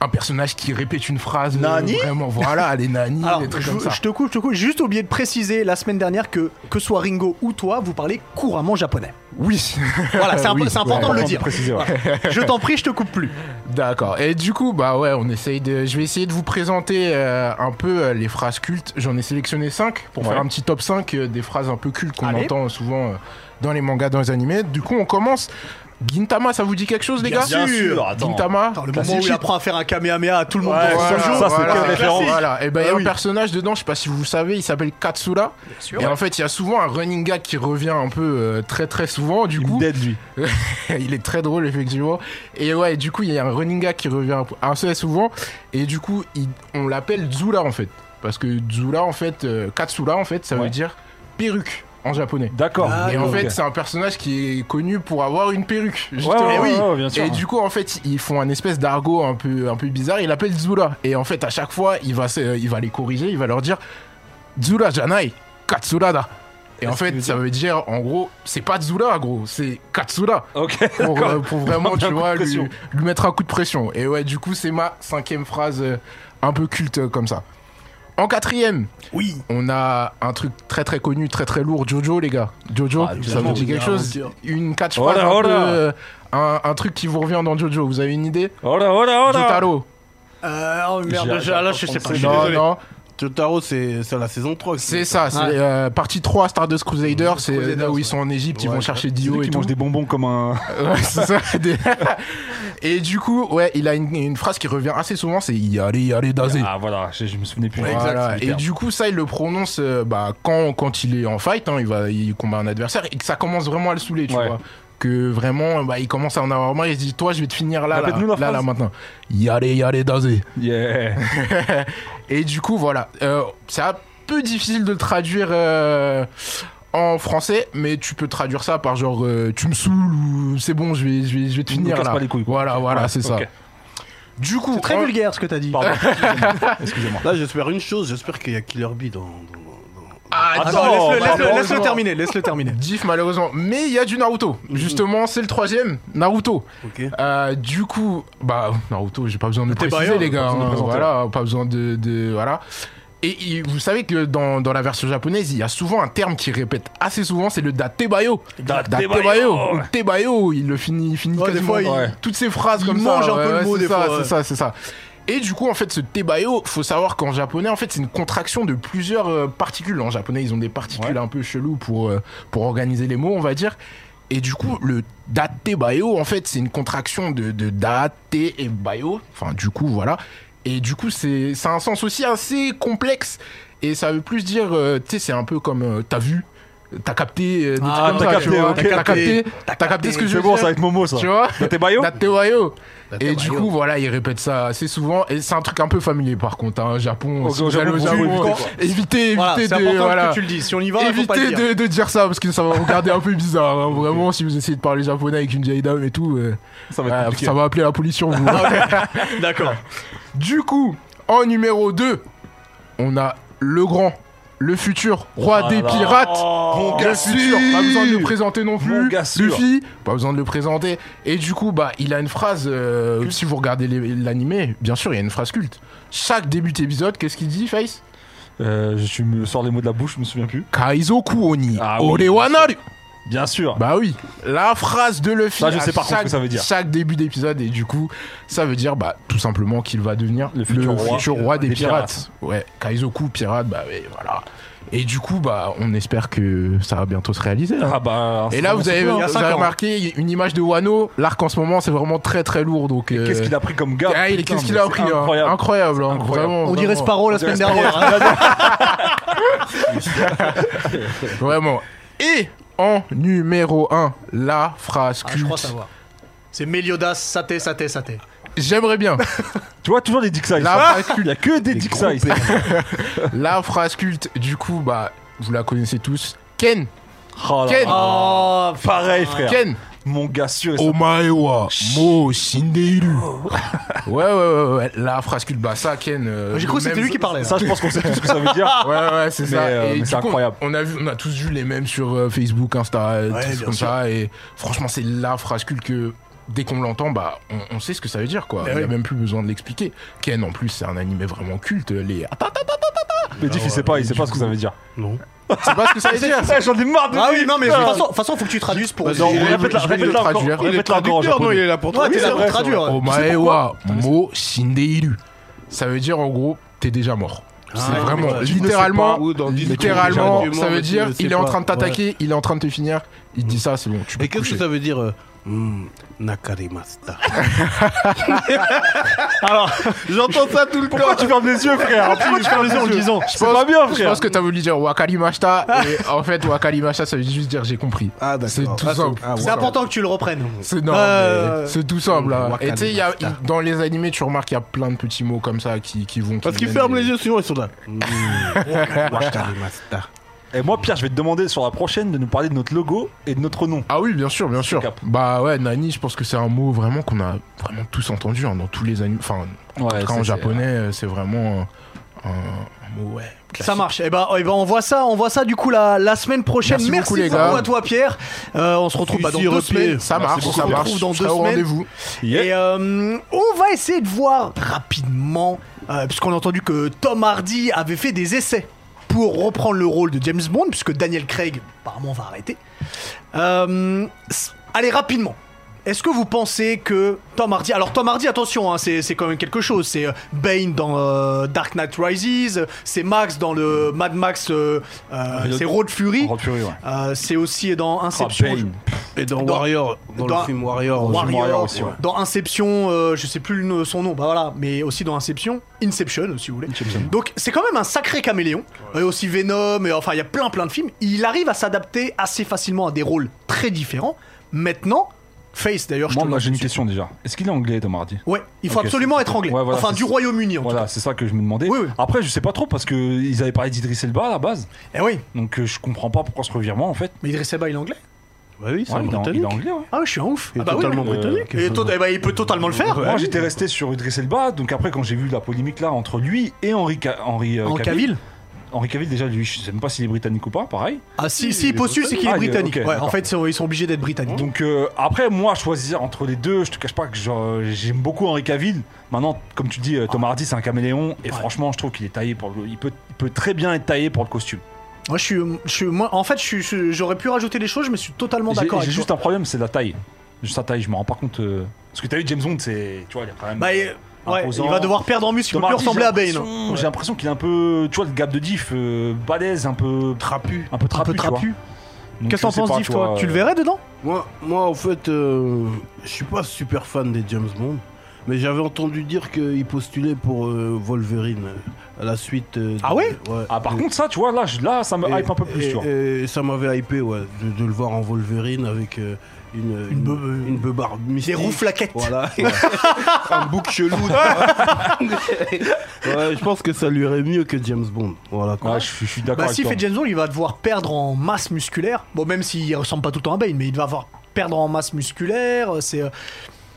S4: un personnage qui répète une phrase euh,
S1: Nani
S4: vraiment voilà les nani
S1: Alors,
S4: des trucs
S1: je,
S4: comme ça
S1: je te coupe, je te coupe. J'ai juste oublié de préciser la semaine dernière que que soit Ringo ou toi, vous parlez couramment japonais.
S4: oui
S1: Voilà, c'est impo-
S4: Oui,
S1: c'est
S4: ouais.
S1: important de le
S2: Important de
S1: dire.
S2: préciser, ouais.
S1: Voilà. Je t'en prie, je te coupe plus.
S4: D'accord. Et du coup, bah ouais, on essaye de. Je vais essayer de vous présenter euh, un peu euh, les phrases cultes. J'en ai sélectionné 5 pour
S2: Ouais.
S4: faire un petit top 5 euh, des phrases un peu cultes qu'on
S1: Allez.
S4: entend souvent euh, dans les mangas, dans les animés. Du coup, on commence. Gintama, ça vous dit quelque chose, les
S2: Bien
S4: gars
S2: sûr, attends.
S4: Gintama.
S1: Attends, le
S2: Classique.
S1: moment où il apprend à faire un kamehameha à tout le monde
S2: Ouais,
S1: dans son
S2: voilà.
S1: jeu.
S2: Ça, c'est quelle référence
S4: Voilà. Et ben, il y a
S2: Ah
S4: un
S2: oui.
S4: personnage dedans, je sais pas si vous savez, il s'appelle Katsura. Et en fait, il y a souvent un running gag qui revient un peu euh, très très souvent. Du
S2: Il
S4: coup,
S2: me dead, lui.
S4: il est très drôle, effectivement. Et ouais, du coup, il y a un running gag qui revient assez souvent. Et du coup, il- on l'appelle Zula, en fait. Parce que Zula, en fait, euh, Katsura, en fait, ça
S2: Ouais.
S4: veut dire perruque en japonais.
S2: D'accord.
S1: Ah,
S4: Et en
S2: Ok.
S4: fait, c'est un personnage qui est connu pour avoir une perruque.
S2: Ouais,
S4: justement.
S2: ouais, ouais, ouais, bien sûr.
S4: Et du coup, en fait, ils font un espèce d'argot un peu, un peu bizarre. Il l'appelle Zula. Et en fait, à chaque fois, il va, se- il va les corriger. Il va leur dire Zula Janai, Katsura da. Et en
S2: Qu'est-ce qu'il
S4: fait,
S2: veut
S4: ça veut dire, en gros, c'est pas Zula, gros, c'est Katsura.
S2: Ok.
S4: Pour,
S2: d'accord.
S4: euh, pour vraiment,
S2: Un
S4: tu
S2: coup de
S4: vois, lui,
S2: pression.
S4: lui mettre un coup de pression. Et ouais, du coup, c'est ma cinquième phrase euh, un peu culte euh, comme ça. En quatrième,
S1: Oui.
S4: on a un truc très très connu, très très lourd, Jojo les gars. Jojo,
S2: Ah,
S4: ça vous
S2: évidemment,
S4: dit quelque chose
S1: bien sûr.
S4: Une catchphrase,
S2: Hola,
S4: un, peu,
S2: hola.
S4: euh, un, un truc qui vous revient dans Jojo, vous avez une idée
S2: Oh là, oh là, Ah, oh là.
S4: Jotaro
S1: Euh, oh merde,
S2: J'ai-
S1: là, là, je sais pas. je
S2: Non,
S1: suis
S4: Non,
S1: désolé.
S4: non,
S3: Totaro, c'est c'est la saison 3. qui-
S4: c'est ça, c'est
S1: Ouais.
S4: euh, partie 3 Stardust Crusader, c'est
S1: Crusader,
S4: là où
S1: ouais.
S4: ils sont en Égypte, ils
S3: Ouais,
S4: vont chercher
S2: C'est
S4: Dio
S2: lui
S4: et
S2: qui
S4: tout.
S2: mange des bonbons comme un.
S4: Ouais, c'est ça. Des- et du coup, ouais, il a une, une phrase qui revient assez souvent, c'est Yare Yare Daze.
S2: Ah voilà, je, je me souvenais plus.
S4: Voilà.
S2: Exact, c'est
S4: Et
S2: le
S4: du coup, ça, il le prononce euh, bah, quand, quand il est en fight, hein, il, va, il combat un adversaire, et que ça commence vraiment à le saouler, tu
S2: Ouais.
S4: vois. Que vraiment, bah, il commence à en avoir marre, il se dit, toi, je vais te finir là, là,
S2: Répète-nous la
S4: là, là,
S2: phrase.
S4: maintenant. Yare, yare, dazé.
S2: terme. Yeah.
S4: Et du coup, voilà. Euh, c'est un peu difficile de le traduire euh, en français, mais tu peux traduire ça par genre, euh, tu me saoules ou c'est bon, je vais, je vais, je vais te
S2: Tu me
S4: finir
S2: casses
S4: là.
S2: pas les couilles, quoi.
S4: Voilà, voilà, c'est ça.
S2: Ok.
S4: Du coup,
S1: C'est très
S4: en-
S1: vulgaire ce que t'as dit.
S2: Oh. Pardon. Excusez-moi. Excusez-moi.
S3: Là, j'espère une chose, j'espère qu'il y a Killer Bee dans. dans- dans-
S4: Ah,
S2: Attends,
S1: Attends, laisse-le, laisse-le,
S4: malheureusement.
S1: laisse-le terminer, laisse-le terminer.
S4: Diff malheureusement, mais il y a du Naruto. Justement, c'est le troisième Naruto.
S3: Ok.
S4: Euh, du coup, bah Naruto, j'ai pas besoin de le
S1: T'es
S4: préciser
S1: bailleur,
S4: les
S1: pas
S4: gars.
S2: besoin de
S4: hein,
S2: présenter.
S4: voilà, pas besoin de, de- voilà. Et il- vous savez que dans, dans la version japonaise, il y a souvent un terme qui répète assez souvent, c'est le datebayo.
S2: Datebayo.
S4: ou tebayo, il le finit, il finit
S1: Ouais, des
S4: quasiment-
S1: fois, il-
S4: ouais. toutes ces phrases
S1: il
S4: comme
S1: mange
S4: ça.
S1: un peu le mot
S4: c'est
S1: des
S4: ça,
S1: fois, ouais.
S4: c'est ça, c'est ça. Et du coup, en fait, ce tebayo, faut savoir qu'en japonais, en fait, c'est une contraction de plusieurs euh, particules. En japonais, ils ont des particules
S2: Ouais.
S4: un peu cheloues pour, euh, pour organiser les mots, on va dire. Et du coup, le date bayo, en fait, c'est une contraction de, de date et bayo. Enfin, du coup, voilà. Et du coup, c'est, ça a un sens aussi assez complexe. Et ça veut plus dire, euh, tu sais, c'est un peu comme euh, t'as vu, t'as capté, euh, des
S1: Ah,
S4: trucs comme
S2: t'as
S4: ça,
S2: capté,
S4: tu vois.
S2: ok.
S4: T'as capté, t'as capté ce que je
S2: C'est
S4: veux
S2: bon,
S4: dire.
S2: ça va être Momo ça.
S4: Tu vois
S2: T'es baillot
S4: Date bayo.
S3: Date
S4: Et du
S3: bayo.
S4: coup, voilà, il répète ça assez souvent. Et c'est un truc un peu familier, par contre. Hein. Japon,
S2: Ok,
S4: si vous
S2: au Japon,
S4: allez au
S2: vous
S4: Japon,
S2: évitez,
S1: Voilà,
S2: quoi.
S4: évitez, évitez
S1: c'est
S4: de.
S1: important
S4: voilà
S1: que tu le dises. Si on y va, faut pas le
S4: évitez
S1: dire.
S4: de, de dire ça parce que ça va vous regarder un peu bizarre. hein. Vraiment, si vous essayez de parler japonais avec une vieille dame et tout, euh,
S2: Ça
S4: euh,
S2: va être compliqué. Ah
S4: ça va appeler la police sur vous.
S1: D'accord.
S4: du coup, en numéro 2, on a le grand, le futur roi
S2: Ah là
S4: des
S2: là.
S4: pirates.
S2: Mon
S4: Oh. Le
S2: gars
S4: futur, pas besoin de le présenter non
S2: Mon
S4: plus.
S2: gars sûr.
S4: Luffy, pas besoin de le présenter. Et du coup, bah, il a une phrase. euh, si vous regardez les- l'animé, bien sûr, il y a une phrase culte. Chaque début d'épisode, qu'est-ce qu'il dit, Face
S2: Euh, je suis- me sors les mots de la bouche, je me souviens plus.
S4: Kaizoku oni,
S2: Ah oui.
S4: ore wa naru.
S2: Bien sûr.
S4: Bah oui, la phrase de Luffy.
S2: Ça, je sais
S4: à
S2: par contre
S4: chaque-
S2: ce que ça veut dire.
S4: Chaque début d'épisode, et du coup, ça veut dire bah, tout simplement qu'il va devenir
S2: Le futur roi.
S4: futur roi des,
S2: Des
S4: pirates. Ouais, Kaizoku, pirate, bah ouais, voilà. Et du coup, bah, on espère que ça va bientôt se réaliser. hein.
S2: Ah bah.
S4: Et là, vous avez,
S1: Il y a
S4: vous
S1: hein. cinq
S4: avez
S1: ans.
S4: remarqué une image de Wano. L'arc en ce moment, c'est vraiment très très lourd. Donc, euh,
S2: Qu'est-ce qu'il a pris comme gars
S4: ah, il est-
S2: Putain,
S4: qu'est-ce qu'il
S2: mais
S4: a
S2: c'est
S4: appris hein.
S2: Incroyable.
S4: Incroyable, hein,
S2: Incroyable.
S4: vraiment,
S1: On dirait
S4: vraiment.
S1: Sparrow la semaine dernière. hein.
S4: Vraiment. Et en numéro 1, la phrase
S1: Ah, je crois
S4: culte.
S1: savoir. C'est Meliodas, saté, saté, saté.
S4: J'aimerais bien.
S2: Tu vois, toujours des dick size.
S4: La
S2: ça.
S4: phrase
S2: Il
S4: culte.
S2: y a que des
S3: Les
S2: dick
S3: gros
S2: size.
S4: La phrase culte, du coup, bah, vous la connaissez tous. Ken,
S2: Oh là
S4: Ken. Ah,
S2: là.
S1: Oh,
S2: Pareil, frère.
S4: Ken,
S2: Mon gars sûr et certain.
S4: Omae wa mo shindeiru.
S1: Oh.
S4: Ouais, ouais, ouais, ouais, la phrase culte, bah, ça, Ken. euh,
S1: J'ai cru que
S4: même-
S1: c'était lui qui parlait. là.
S2: Ça, je pense qu'on sait tout ce que ça veut dire.
S4: Ouais, ouais, c'est
S2: Mais,
S4: ça.
S2: euh,
S4: Et
S2: mais
S4: du
S2: c'est
S4: coup,
S2: incroyable.
S4: On a, vu, on a tous vu les mêmes sur euh, Facebook, Insta, euh,
S1: Ouais,
S4: tous
S1: bien
S4: comme
S1: sûr.
S4: ça. Et franchement, c'est la phrase culte que dès qu'on l'entend, bah, on, on sait ce que ça veut dire, quoi.
S1: Mais
S4: Il n'y a
S1: oui.
S4: même plus besoin de l'expliquer. Ken, en plus, c'est un animé vraiment culte. Les. Attends,
S2: Le diff, il sait pas, il sait pas ce que ça veut dire.
S3: Non.
S4: c'est pas ce que ça veut dire.
S2: Putain, J'en ai marre de
S1: Ah oui,
S2: lui,
S1: non, mais de
S2: putain.
S1: toute façon, de toute façon, faut que tu traduises pour.
S2: Non,
S1: Ouais,
S4: vais-
S2: répète-la,
S4: je vais le
S2: répète-la encore.
S4: traduire. Il est
S2: Répète-la encore en
S3: non,
S2: japonais.
S3: il est là pour toi.
S1: t'es
S2: c'est
S1: là pour
S2: vrai,
S1: traduire.
S4: Omae wa mo shindeiru. Ça veut dire, en gros, t'es déjà mort. C'est
S3: Ah,
S4: vraiment,
S3: ouais. Tu ne sais
S4: littéralement,
S3: pas où dans dix secondes,
S4: littéralement,
S3: tu es déjà
S4: ça
S3: mort,
S4: veut
S3: mais tu
S4: dire,
S3: ne sais
S4: il est en
S3: pas. Mm.
S4: train de t'attaquer, il est en train de te finir, Il dit ça, c'est bon, tu peux
S3: Et
S4: te
S3: qu'est-ce que
S4: coucher.
S3: ça veut dire euh, hmm, Nakarimasta
S1: Alors,
S3: J'entends ça tout le
S2: Pourquoi
S3: temps.
S2: tu fermes les yeux, frère Pourquoi tu fermes les yeux en le disant C'est
S4: pense-
S2: pas bien,
S4: Je
S2: frère.
S4: pense que t'as voulu dire Wakalimashita et en fait Wakalimashita ça veut juste dire j'ai compris.
S3: Ah, d'accord.
S4: C'est tout
S3: Ah,
S4: simple.
S3: ah,
S4: Tout
S1: c'est
S4: simple.
S1: important que tu le reprennes.
S4: C'est non,
S1: Euh,
S4: mais c'est tout simple. là. Et tu sais, il y a-
S3: Wakalimashita.
S4: il- dans les animés, tu remarques qu'il y a plein de petits mots comme ça qui, qui vont. qui
S3: Parce qu'ils
S4: viennent
S3: ferment
S4: des-
S3: les yeux, sinon ils sont là.
S1: Mmh.
S3: Nakarimasta.
S2: Et Eh, moi, Pierre, je vais te demander sur la prochaine de nous parler de notre logo et de notre nom.
S4: Ah oui, bien sûr, bien sûr.
S2: Cap.
S4: Bah ouais, Nani, je pense que c'est un mot vraiment qu'on a vraiment tous entendu hein, dans tous les animés. Enfin, en tout cas, en japonais, euh, c'est vraiment euh, un, un mot, ouais.
S1: Ça marche. Et ben, eh ben, on voit ça, on voit ça du coup la, la semaine prochaine.
S4: Merci beaucoup, les
S1: beaucoup
S4: gars.
S1: à toi, Pierre. Euh, on se retrouve bah, dans
S3: Suzy
S1: deux
S3: Repier.
S1: semaines.
S4: Ça marche,
S1: beaucoup.
S4: ça
S1: On se
S4: marche.
S1: retrouve dans
S4: Je
S1: deux
S4: serai au
S1: semaines.
S4: rendez-vous.
S2: Yeah.
S1: Et euh, on va essayer de voir rapidement, euh, puisqu'on a entendu que Tom Hardy avait fait des essais pour reprendre le rôle de James Bond, puisque Daniel Craig apparemment va arrêter. Euh, s- allez rapidement. Est-ce que vous pensez que Tom Hardy... Alors Tom Hardy, attention, hein, c'est c'est quand même quelque chose. C'est euh, Bane dans euh, Dark Knight Rises, euh, c'est Max dans le Mad Max, euh, euh,
S2: Road-
S1: c'est Road Fury,
S2: Road Fury, ouais.
S1: Euh, c'est aussi dans Inception.
S2: Bane.
S1: je-
S3: Et dans,
S1: Dans-
S3: Warrior, dans,
S1: dans-
S3: le film Warrior,
S1: dans
S3: aussi.
S1: Warrior,
S2: Warrior aussi, ouais.
S1: dans Inception, euh, je sais plus le nom- son nom, bah voilà, mais aussi dans Inception, Inception si vous voulez. Donc c'est quand même un sacré caméléon, et aussi Venom, et enfin il y a plein plein de films. Il arrive à s'adapter assez facilement à des rôles très différents. Maintenant, Face d'ailleurs, je
S2: Moi,
S1: te
S2: moi,
S1: lance
S2: j'ai une
S1: dessus.
S2: question déjà. Est-ce qu'il est anglais, Tom Hardy
S1: Ouais, il faut
S2: Ok,
S1: absolument
S2: c'est-
S1: être anglais,
S2: Ouais, voilà,
S1: enfin
S2: c'est-
S1: du Royaume-Uni en
S2: Voilà,
S1: tout
S2: c'est ça que je me demandais.
S1: Oui, oui.
S2: Après, je sais pas trop parce que ils avaient parlé d'Idriss Elba à la base,
S1: cas. Eh oui,
S2: donc euh, je comprends pas pourquoi ce revirement en fait.
S1: mais Idriss Elba il est anglais
S3: Bah oui, c'est
S2: Ouais,
S3: un
S2: il, est en- il est
S3: britannique.
S2: anglais, ouais.
S1: Ah ouais, je suis un ouf.
S3: Il est
S1: Ah bah oui,
S3: totalement
S1: oui.
S3: britannique.
S1: Et to- eh bah, il peut totalement le faire.
S2: Moi, j'étais resté sur Idriss Elba, donc après, quand j'ai vu la polémique là entre lui et Henri, Ca- Henri, euh,
S1: En Cavill
S2: Henri Cavill, déjà, lui, je sais même pas s'il est britannique ou pas, pareil.
S1: Ah si, si, il
S3: est
S1: postule, c'est qu'il est
S2: Ah, il est-
S1: britannique.
S2: ok,
S1: Ouais, en
S2: d'accord.
S1: fait, c'est- ils sont obligés d'être britanniques.
S2: Donc euh, après, moi, choisir entre les deux, je te cache pas que je- j'aime beaucoup Henri Cavill. Maintenant, comme tu dis, euh, Tom Hardy, c'est un caméléon, et franchement, je trouve qu'il est taillé pour le- il peut, il peut très bien être taillé pour le costume.
S1: Moi, je suis, je suis- moi, en fait, je suis- je- j'aurais pu rajouter des choses, je me suis totalement
S2: J'ai-
S1: d'accord.
S2: J'ai
S1: avec
S2: juste
S1: toi.
S2: un problème, c'est la taille. Juste la taille, je me rends pas compte. euh, Parce que t'as vu James Bond, c'est. Tu vois, il a quand même.
S1: Bah,
S2: euh,
S1: et- ouais,
S2: imposant.
S1: il va devoir perdre en muscle, il
S2: Tom
S1: peut plus
S2: Hardy,
S1: ressembler
S2: j'ai
S1: à Bane.
S2: l'impression- hein. J'ai l'impression qu'il est un peu. Tu vois, le gap de diff, euh, balèze, un peu.
S3: Trapu.
S2: Un peu trapu.
S1: un peu
S2: tu vois.
S1: trapu.
S2: Donc,
S1: Qu'est-ce que t'en
S2: je sais
S1: penses,
S2: pas,
S1: Div, toi
S2: vois,
S1: Tu le
S2: euh,
S1: verrais dedans
S3: Moi, moi, en fait, euh, je suis pas super fan des James Bond, mais j'avais entendu dire qu'il postulait pour euh, Wolverine euh, à la suite. euh, de-
S1: Ah ouais
S2: Ah, par
S3: Et-
S2: contre, ça, tu vois, là, je- là ça me
S3: et-
S2: hype un peu plus,
S3: et-
S2: tu vois.
S3: et ça m'avait hypé, ouais, de, de le voir en Wolverine avec euh, une,
S1: Une be-
S3: une beubarde
S1: Des
S3: mystique.
S1: roues flaquettes.
S3: Voilà. Un bouc chelou. tu vois. ouais, je pense que ça lui irait mieux que James Bond. Voilà. quoi.
S2: Ouais, je suis je suis d'accord
S1: Bah,
S2: avec
S1: s'il
S2: toi.
S1: fait James Bond, il va devoir perdre en masse musculaire. Bon, même s'il ressemble pas tout le temps à Bane, mais il va devoir perdre en masse musculaire. euh, C'est, euh,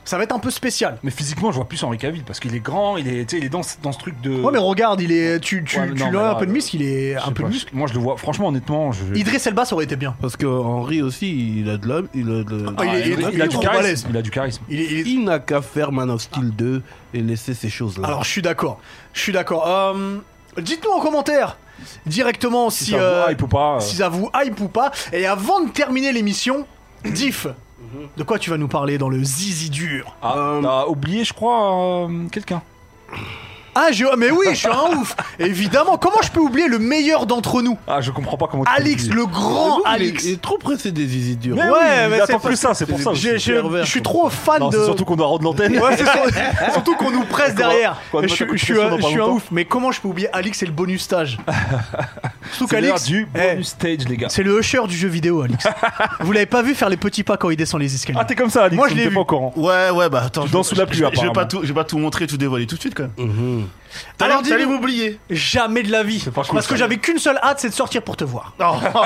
S1: ça va être un peu spécial.
S2: Mais physiquement, je vois plus Henri Cavill parce qu'il est grand, il est, tu sais, il est dans, ce- dans ce truc de.
S1: Ouais, mais regarde, il est, tu, tu,
S2: Euh, Ouais, mais
S1: tu
S2: non,
S1: l'as
S2: mais
S1: un
S2: là,
S1: peu de muscle, il est
S2: je sais
S1: un peu de
S2: pas,
S1: muscle.
S2: je- Moi, je le vois. Franchement, honnêtement, je.
S1: Idriss Elba, ça aurait été bien.
S3: Parce que Henry aussi, il a de la. Il a de la-
S1: Ah, il est-
S2: il, a- il
S1: il est
S2: a du
S1: trop balèze.
S2: charisme. Il a du charisme.
S1: Il est- il est-
S3: Il n'a qu'à faire Man of Steel 2 et laisser ces choses-là.
S1: Alors, je suis d'accord. Je suis d'accord. Euh, dites-nous en commentaire directement si,
S2: Si ça
S1: euh,
S2: voit, il peut pas. euh,
S1: si ça vous hype ou pas. Et avant de terminer l'émission, Diff,
S2: Mhm.
S1: de quoi tu vas nous parler dans le zizi dur
S2: Ah,
S3: Euh,
S2: t'as oublié, je crois, euh, quelqu'un.
S1: Ah, je, mais oui, je suis un ouf Évidemment, comment je peux oublier le meilleur d'entre nous
S2: Ah, je comprends pas comment. tu
S1: Alix,
S2: peux
S1: le grand
S3: Il est-
S1: Alix
S3: Il est trop pressé des Easy Durs.
S2: Mais
S1: Ouais,
S2: ouais,
S1: mais
S2: mais
S1: c'est
S2: attends plus
S1: parce
S2: ça, c'est pour
S3: c'est
S2: ça.
S3: des-
S2: aussi.
S1: J'ai- j'ai- Je
S3: pervers,
S1: suis trop fan
S2: Non,
S1: de.
S2: c'est surtout qu'on doit rendre l'antenne.
S1: Ouais, c'est sur- surtout qu'on nous presse
S2: Qu'on va-
S1: derrière.
S2: qu'on
S1: Je
S2: va te
S1: suis-
S2: mettre
S1: je suis
S2: dans
S1: un
S2: pas
S1: je suis un
S2: longtemps.
S1: ouf, mais comment je peux oublier Alix et le bonus stage Surtout
S2: C'est l'heure
S1: qu'Alix.
S2: du
S1: eh,
S2: bonus stage, les gars.
S1: C'est le usher du jeu vidéo, Alix. Vous l'avez pas vu faire les petits pas quand il descend les escaliers
S2: Ah, t'es comme ça, Alix.
S1: Moi, je
S2: on
S1: l'ai
S2: était
S1: vu.
S2: pas au courant.
S5: Ouais, ouais, bah attends.
S2: Tu
S5: je-
S2: danses sous la pluie,
S5: je- Je vais
S2: apparemment.
S5: pas tout, je vais pas tout montrer, tout dévoiler tout de suite, quand même.
S3: Mhm.
S1: Alors,
S5: T'allais t'allais
S1: dis-nous.
S5: m'oublier.
S1: Jamais de la vie.
S2: pas cool,
S1: Parce que
S2: ça.
S1: j'avais qu'une seule hâte, c'est de sortir pour te voir.
S5: Non, Oh,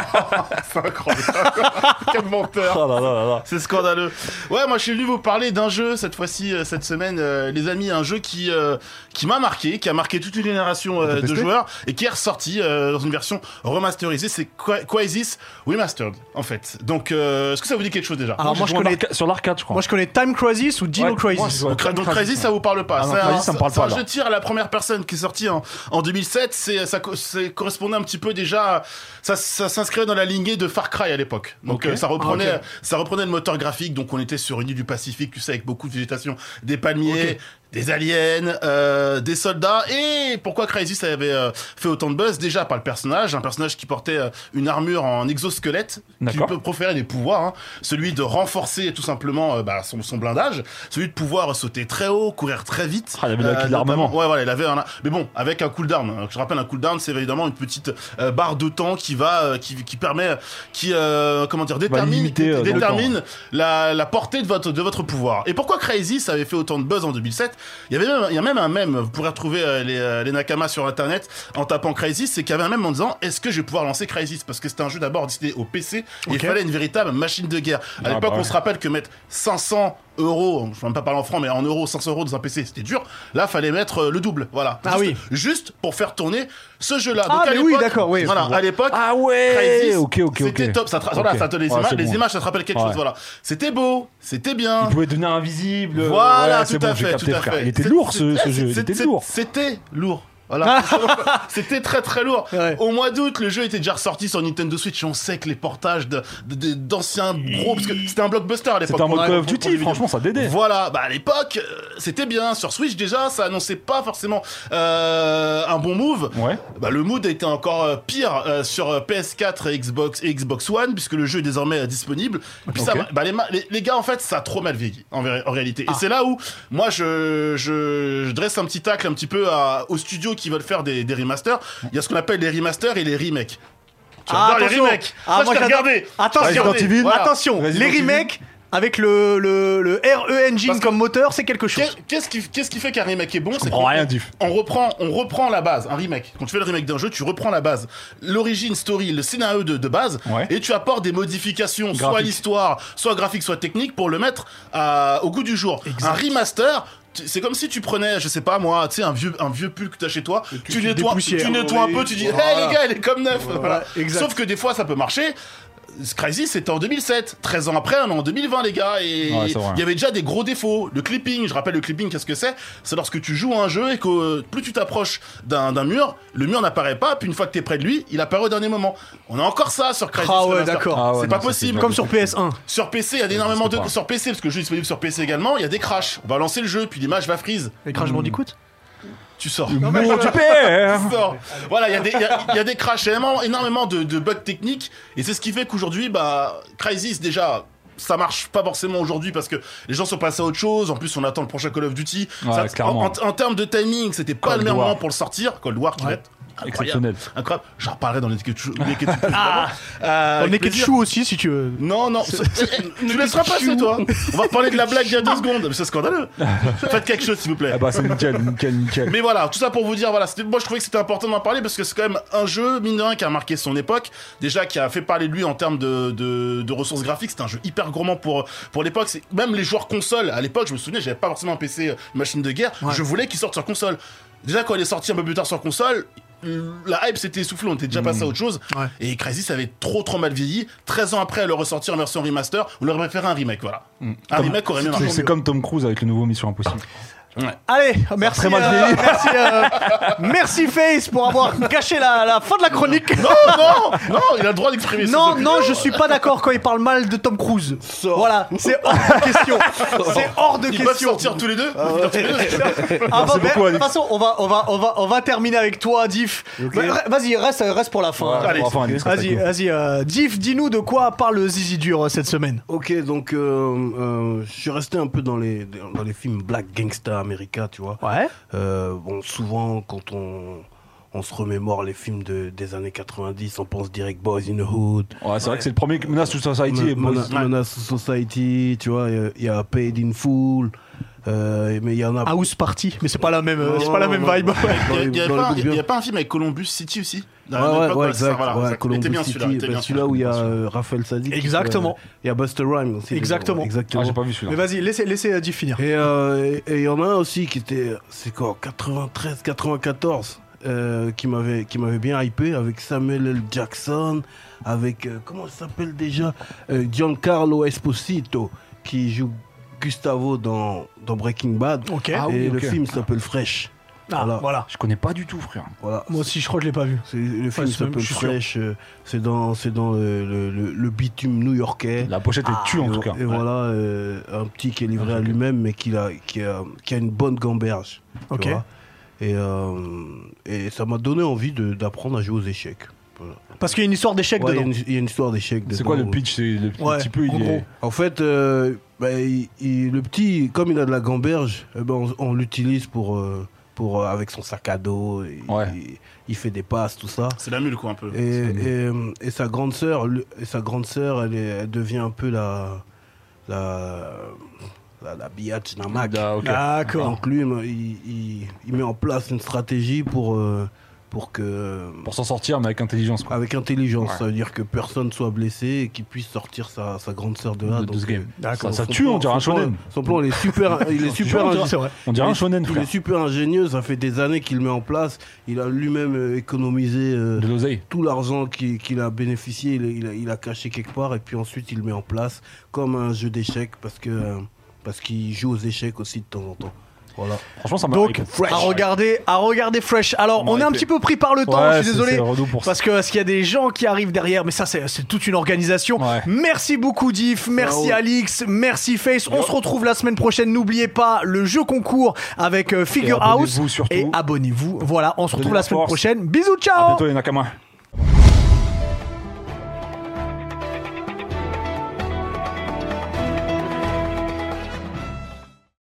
S5: c'est incroyable. Quel menteur.
S2: Ah là là là là.
S5: C'est scandaleux. Ouais, moi je suis venu vous parler d'un jeu cette fois-ci, euh, cette semaine, euh, les amis, un jeu qui euh, qui m'a marqué, qui a marqué toute une génération euh, de joueurs et qui est ressorti euh, dans une version remasterisée. C'est Qua- Quasis Remastered, en fait. Donc, euh, est-ce que ça vous dit quelque chose déjà
S1: Alors,
S2: j'ai
S1: moi, je
S2: joué en
S1: connais-
S2: arca- sur l'arcade, je crois.
S1: Moi, je connais Time Crisis ou Dino
S2: Ouais, moi,
S1: Crisis.
S2: je-
S5: Donc, donc
S2: Crazy,
S5: Crazy, ça vous parle pas.
S2: Ah non,
S5: C'est un-
S2: Crazy, ça me parle
S5: c'est
S2: pas,
S5: un
S2: là.
S5: jeu de tir à la première personne qui est sorti en, en 2007. C'est ça, co- c'est- correspondait un petit peu déjà. à- Ça, ça s'inscrivait dans la lignée de Far Cry à l'époque. Donc euh, ça reprenait, ça reprenait le moteur graphique. Donc on était sur une île du Pacifique, tu sais, avec beaucoup de végétation, des palmiers, des aliens, euh, des soldats. Et pourquoi Crysis avait euh, fait autant de buzz Déjà par le personnage, un personnage qui portait euh, une armure en exosquelette, qui
S2: D'accord.
S5: peut proférer des pouvoirs. hein. Celui de renforcer tout simplement euh, bah, son, son blindage, celui de pouvoir sauter très haut, courir très vite.
S2: Ah, il avait de la- de l'armement.
S5: Euh, notamment- Ouais, voilà, il avait un... Mais bon, avec un cooldown. hein. Je rappelle, un cooldown, c'est évidemment une petite euh, barre de temps qui va, euh, qui, qui permet, qui, euh, comment dire, détermine,
S2: limiter, euh, dans le
S5: détermine la, la portée de votre, de votre pouvoir. Et pourquoi Crazy ça avait fait autant de buzz en 2007 Il y avait même, il y a même un mème, vous pourrez retrouver euh, les, euh, les Nakama sur internet en tapant Crazy, c'est qu'il y avait un mème en disant est-ce que je vais pouvoir lancer Crazy Parce que c'était un jeu d'abord destiné au PC et il
S1: Ok.
S5: fallait une véritable machine de guerre. À
S2: Ah
S5: l'époque,
S2: bah
S5: on se rappelle que mettre 500 euros, je ne même pas parler en francs, mais en euros, 500 euros dans un PC, c'était dur. Là, fallait mettre euh, le double, voilà.
S1: Ah
S5: juste,
S1: oui.
S5: Juste pour faire tourner ce jeu-là.
S1: Ah,
S5: à
S1: mais oui,
S5: l'époque-
S1: d'accord, oui,
S5: Voilà,
S1: je
S5: à l'époque,
S2: Ah ouais
S5: Crysis,
S2: Ok, ok, ok.
S5: c'était top. Ça te,
S2: Ok.
S5: voilà, ça te- les,
S2: Ouais,
S5: images,
S2: c'est
S5: les
S2: bon.
S5: images, ça te rappelle quelque
S2: Ouais.
S5: chose. Voilà, c'était beau, c'était bien.
S2: Il pouvait devenir invisible. euh,
S5: Voilà,
S2: ouais,
S5: tout
S2: c'est bon,
S5: à
S2: j'ai
S5: fait,
S2: capté,
S5: tout à
S2: frère.
S5: fait.
S2: Il était
S5: C'est-
S2: lourd ce,
S5: c'est-
S2: ce
S5: c'est-
S2: jeu. Il
S5: c'est-
S2: était
S5: c'est-
S2: lourd. Ah.
S5: C'était lourd. Voilà. C'était très très lourd.
S1: Ouais.
S5: Au mois d'août, le jeu était déjà ressorti sur Nintendo Switch. et On sait que les portages de- de- de- d'anciens gros, parce que c'était un blockbuster à l'époque.
S2: C'était un mode
S5: pour-
S2: Call of
S5: pour- pour
S2: Duty.
S5: les vidéos.
S2: Franchement, ça dédait.
S5: Voilà, bah à l'époque, euh, c'était bien. Sur Switch déjà, ça annonçait pas forcément euh, un bon move.
S2: Ouais.
S5: Bah, le mood était encore euh, pire euh, sur euh, PS4 et Xbox et Xbox One puisque le jeu est désormais euh, disponible. Et puis ça,
S2: Ok. Ah.
S5: bah, les, ma- les- les gars en fait ça a trop mal vieilli en, vrai- en réalité. Et c'est là où moi je, je, je dresse un petit tacle un petit peu à, aux studios qui veulent faire des, des remasters. Il y a ce qu'on appelle les remasters et les remakes.
S1: Ah,
S5: J'adore les
S1: attention.
S5: remakes.
S1: Ah,
S5: ça,
S1: moi,
S5: je t'ai
S1: j'adore.
S5: regardé.
S1: Attention,
S2: Resident Evil.
S5: Voilà.
S1: attention,
S2: Resident
S1: les
S2: Evil.
S1: remakes avec le, le, le RE Engine
S5: Parce que-
S1: comme moteur, c'est quelque chose.
S5: Qu'est- Qu'est-ce qui, qu'est-ce qui fait qu'un remake est bon C'est
S2: comprends
S5: qu'on-
S2: Oh, rien, Diff.
S5: On reprend, on reprend la base, un remake. Quand tu fais le remake d'un jeu, tu reprends la base, l'origine story, le scénario de, de base,
S2: Ouais.
S5: et tu apportes des modifications, soit à
S2: Graphique.
S5: l'histoire, soit graphique, soit technique, pour le mettre à- au goût du jour. Un remaster. tu- C'est comme si tu prenais, je sais pas moi, tu sais, un vieux, un vieux pull que t'as chez toi, tu,
S1: tu
S5: nettoies,
S1: dépoussières.
S5: tu nettoies un peu, tu dis, hey les gars, il est comme neuf. Voilà.
S1: exact.
S5: Sauf que des fois, ça peut marcher. Crazy, c'était en 2007. 13 ans après, on est en 2020, les gars. Et
S2: Ouais,
S5: il
S2: c'est vrai.
S5: y avait déjà des gros défauts. Le clipping, je rappelle le clipping, qu'est-ce que c'est C'est lorsque tu joues à un jeu et que euh, plus tu t'approches d'un d'un mur, le mur n'apparaît pas. Puis une fois que t'es près de lui, il apparaît au dernier moment. On a encore ça sur Crazy.
S1: Ah ouais,
S5: Remastered.
S1: d'accord.
S2: Ah ouais,
S5: c'est
S2: non,
S5: pas
S2: ça,
S5: possible.
S2: c'est
S1: Comme sur PS1.
S5: Sur PC, il y a énormément de.
S2: pas.
S5: Sur PC, parce que le jeu est disponible sur PC également, il y a des crashs. On va lancer le jeu, puis l'image va freeze.
S1: Les
S2: Hmm.
S1: Crash Bandicoot
S5: Tu sors.
S2: Mon du père
S5: Sort. Voilà, il y, a des- il y a- il y a des crashs, il y a énormément, énormément de, de bugs techniques, et c'est ce qui fait qu'aujourd'hui, bah, Crysis déjà. Ça marche pas forcément aujourd'hui parce que les gens sont passés à autre chose. En plus, on attend le prochain Call of Duty.
S2: Ouais,
S5: Ça-
S2: clairement.
S5: en, en termes de timing, c'était pas
S2: Cold
S5: le meilleur
S2: War.
S5: moment pour le sortir. Cold War, qui va être incroyable.
S2: Exceptionnel.
S5: Incroyable. J'en reparlerai dans les Neketsu.
S1: On est Ketchou aussi, si tu veux.
S5: Non, non, tu laisseras passer, toi. On va reparler de la blague il y a deux secondes. Mais C'est scandaleux. Faites quelque chose, s'il vous plaît.
S2: Ah bah c'est nickel, nickel, nickel.
S5: Mais voilà, tout ça pour vous dire, voilà, c'était- moi je trouvais que c'était important d'en parler parce que c'est quand même un jeu, mine de rien, qui a marqué son époque. Déjà, qui a fait parler de lui en termes de, de, de ressources graphiques. C'était un jeu hyper gourmand pour, pour l'époque. C'est- Même les joueurs console, à l'époque, je me souviens, j'avais pas forcément un PC euh, machine de guerre. Je voulais qu'il sorte sur console. Déjà, quand il est sorti un peu plus tard sur console, euh, la hype s'était essoufflée, on était déjà passé à autre chose.
S1: Mmh. Ouais.
S5: Et Crazy, ça avait trop trop mal vieilli. 13 ans après, le ressortir en version remaster, on leur aurait fait un remake, voilà.
S1: Mmh.
S5: Un remake aurait mieux
S2: C'est-
S5: marché.
S2: C'est comme Tom Cruise avec le nouveau Mission Impossible.
S1: Allez, merci.
S2: très mal
S1: euh,
S2: vieilli.
S1: merci, euh, merci Face pour avoir gâché la, la fin de la chronique.
S5: Non, non, non, il a le droit d'exprimer ses
S1: Non,
S5: opinions.
S1: non, je suis pas d'accord quand il parle mal de Tom Cruise. Voilà, c'est hors de question. C'est hors de
S5: Ils peuvent
S1: question.
S5: sortir tous les deux
S1: Avant- mais,
S2: beaucoup,
S1: de toute
S2: Alex.
S1: façon, on va, on va, on va, on va terminer avec toi, Diff. Mais re- Vas-y, reste, reste pour la fin.
S5: Allez,
S2: On va faire un discret
S1: Vas-y,
S2: avec nous.
S1: vas-y, euh, Diff, dis-nous de quoi parle Zizi Dur euh, cette semaine.
S3: Ok, donc euh, euh, je suis resté un peu dans les, dans les films Black Gangsta America, tu vois.
S1: Ouais.
S3: Euh, bon, souvent, quand on, on se remémore les films de- des années 90, on pense direct Boys in the Hood,
S5: euh,
S2: Ouais, c'est vrai que c'est le premier menace to society. et
S3: Mon-
S2: Boys-
S3: Mona- Menace Society, tu vois, il y, a Paid in Full, euh, mais il y en a.
S5: Ah
S1: House Party, mais c'est pas la même, euh, c'est pas la même
S3: Ouais,
S1: vibe.
S3: ouais, ouais. Dans
S5: Il
S3: les-
S5: n'y a,
S3: dans les
S5: pas un-
S3: coups de
S5: y a
S3: bien.
S5: pas un film avec Columbus City aussi Dans
S3: Ouais,
S5: la même
S3: Ah ouais,
S5: époque,
S3: ouais,
S5: c'est ça,
S3: exact.
S5: voilà,
S3: ouais,
S5: exact. Il
S3: Columbus
S5: était bien
S3: City,
S5: celui-là. il était
S3: bah,
S5: bien
S3: celui-là
S5: celui-là.
S3: où il y a euh, Raphaël Sadik.
S1: Exactement.
S3: euh, Il y a Buster Rhymes aussi.
S1: Exactement.
S3: dedans,
S2: Ah,
S3: Exactement.
S2: j'ai pas vu
S1: Mais
S5: bah-
S2: celui-là.
S1: vas-y, laissez, laissez euh, Diff finir.
S3: Et euh, et- et il y en a un aussi qui était, c'est quoi, 93, 94, euh, qui m'avait qui m'avait bien hypé avec Samuel L. Jackson, avec euh, comment il s'appelle déjà, Euh, Giancarlo Esposito, qui joue Gustavo dans dans Breaking Bad.
S1: Ok.
S3: et
S2: Ah oui,
S3: le
S2: ok.
S3: film s'appelle Fresh.
S1: Ah, voilà.
S3: Voilà.
S2: Je connais pas du tout, frère.
S3: Voilà.
S1: Moi aussi, je crois que je l'ai pas vu.
S3: C'est- Le film
S1: c'est même-
S3: s'appelle
S1: je suis sûr.
S3: Fresh. euh, C'est dans, c'est dans le, le- le- le bitume new-yorkais.
S2: La pochette est tue en
S5: Ah,
S3: et
S2: tout
S3: vo-
S2: cas.
S3: et voilà, euh, un petit qui est livré à
S2: Ok.
S3: lui-même, mais qui a, qui, a, qui a une bonne gamberge. tu
S1: Ok.
S3: vois. et, euh, et ça m'a donné envie de- d'apprendre à jouer aux échecs. Voilà.
S1: Parce qu'il y a une histoire d'échec
S3: Ouais, Il y a
S1: dedans.
S3: une- il y, a une histoire d'échecs.
S2: C'est
S3: dedans,
S2: quoi le
S3: ouais.
S2: pitch C'est le petit-
S1: Ouais,
S2: petit peu,
S1: en
S2: il
S1: gros.
S2: est.
S3: En fait, euh, bah, il- il- le petit, comme il a de la gamberge, eh ben, on, on l'utilise pour, euh, pour, euh, avec son sac à dos. Il,
S2: Ouais.
S3: il- il fait des passes, tout ça.
S5: C'est la mule, quoi, un peu.
S3: Et, et, euh, et sa grande sœur, lui- et sa grande sœur, elle, est- elle devient un peu la la la, la biatch d'un Mac.
S2: Ah, ok.
S1: D'accord.
S3: Donc lui, il, il- il met en place une stratégie pour euh, pour que
S2: Pour s'en sortir, mais avec intelligence, quoi.
S3: avec intelligence, ça veut dire que personne soit blessé et qu'il puisse sortir sa, sa grande sœur de là.
S2: De- de
S3: Donc,
S2: ce game.
S3: euh,
S2: D'accord. Ça
S3: son
S2: tue, on dirait un
S3: son plan-
S2: shonen.
S3: Son plan, il est super, il est super,
S2: on dirait-
S3: ingé-
S1: C'est vrai.
S2: On dirait
S3: il
S2: un
S3: est-
S2: shonen,
S3: il est
S2: frère.
S3: super ingénieux. Ça fait des années qu'il le met en place. Il a lui-même euh, économisé. euh,
S2: De l'oseille.
S3: tout l'argent qui- qu'il a bénéficié, il, il a- il a caché quelque part et puis ensuite il le met en place comme un jeu d'échecs parce que euh, parce qu'il joue aux échecs aussi de temps en temps. Voilà.
S2: Franchement, ça m'a. Ah,
S1: Donc, à regarder, à regarder Fresh. Alors, on est un petit peu pris par le temps,
S2: Ouais,
S1: je suis
S2: c'est-
S1: désolé.
S2: c'est relou pour ça.
S1: Parce que parce qu'il y a des gens qui arrivent derrière, mais ça, c'est c'est toute une organisation.
S2: Ouais.
S1: Merci beaucoup, Diff. Merci,
S3: ouais.
S1: Alix. Merci, Face. On se retrouve la semaine prochaine. N'oubliez pas le jeu concours avec euh, Figure
S2: Et abonnez-vous
S1: House.
S2: surtout.
S1: Et abonnez-vous. Voilà, on se retrouve
S2: Donnez-leur
S1: la semaine
S2: force.
S1: prochaine. Bisous, ciao!
S2: Oh. À bientôt, les Nakama.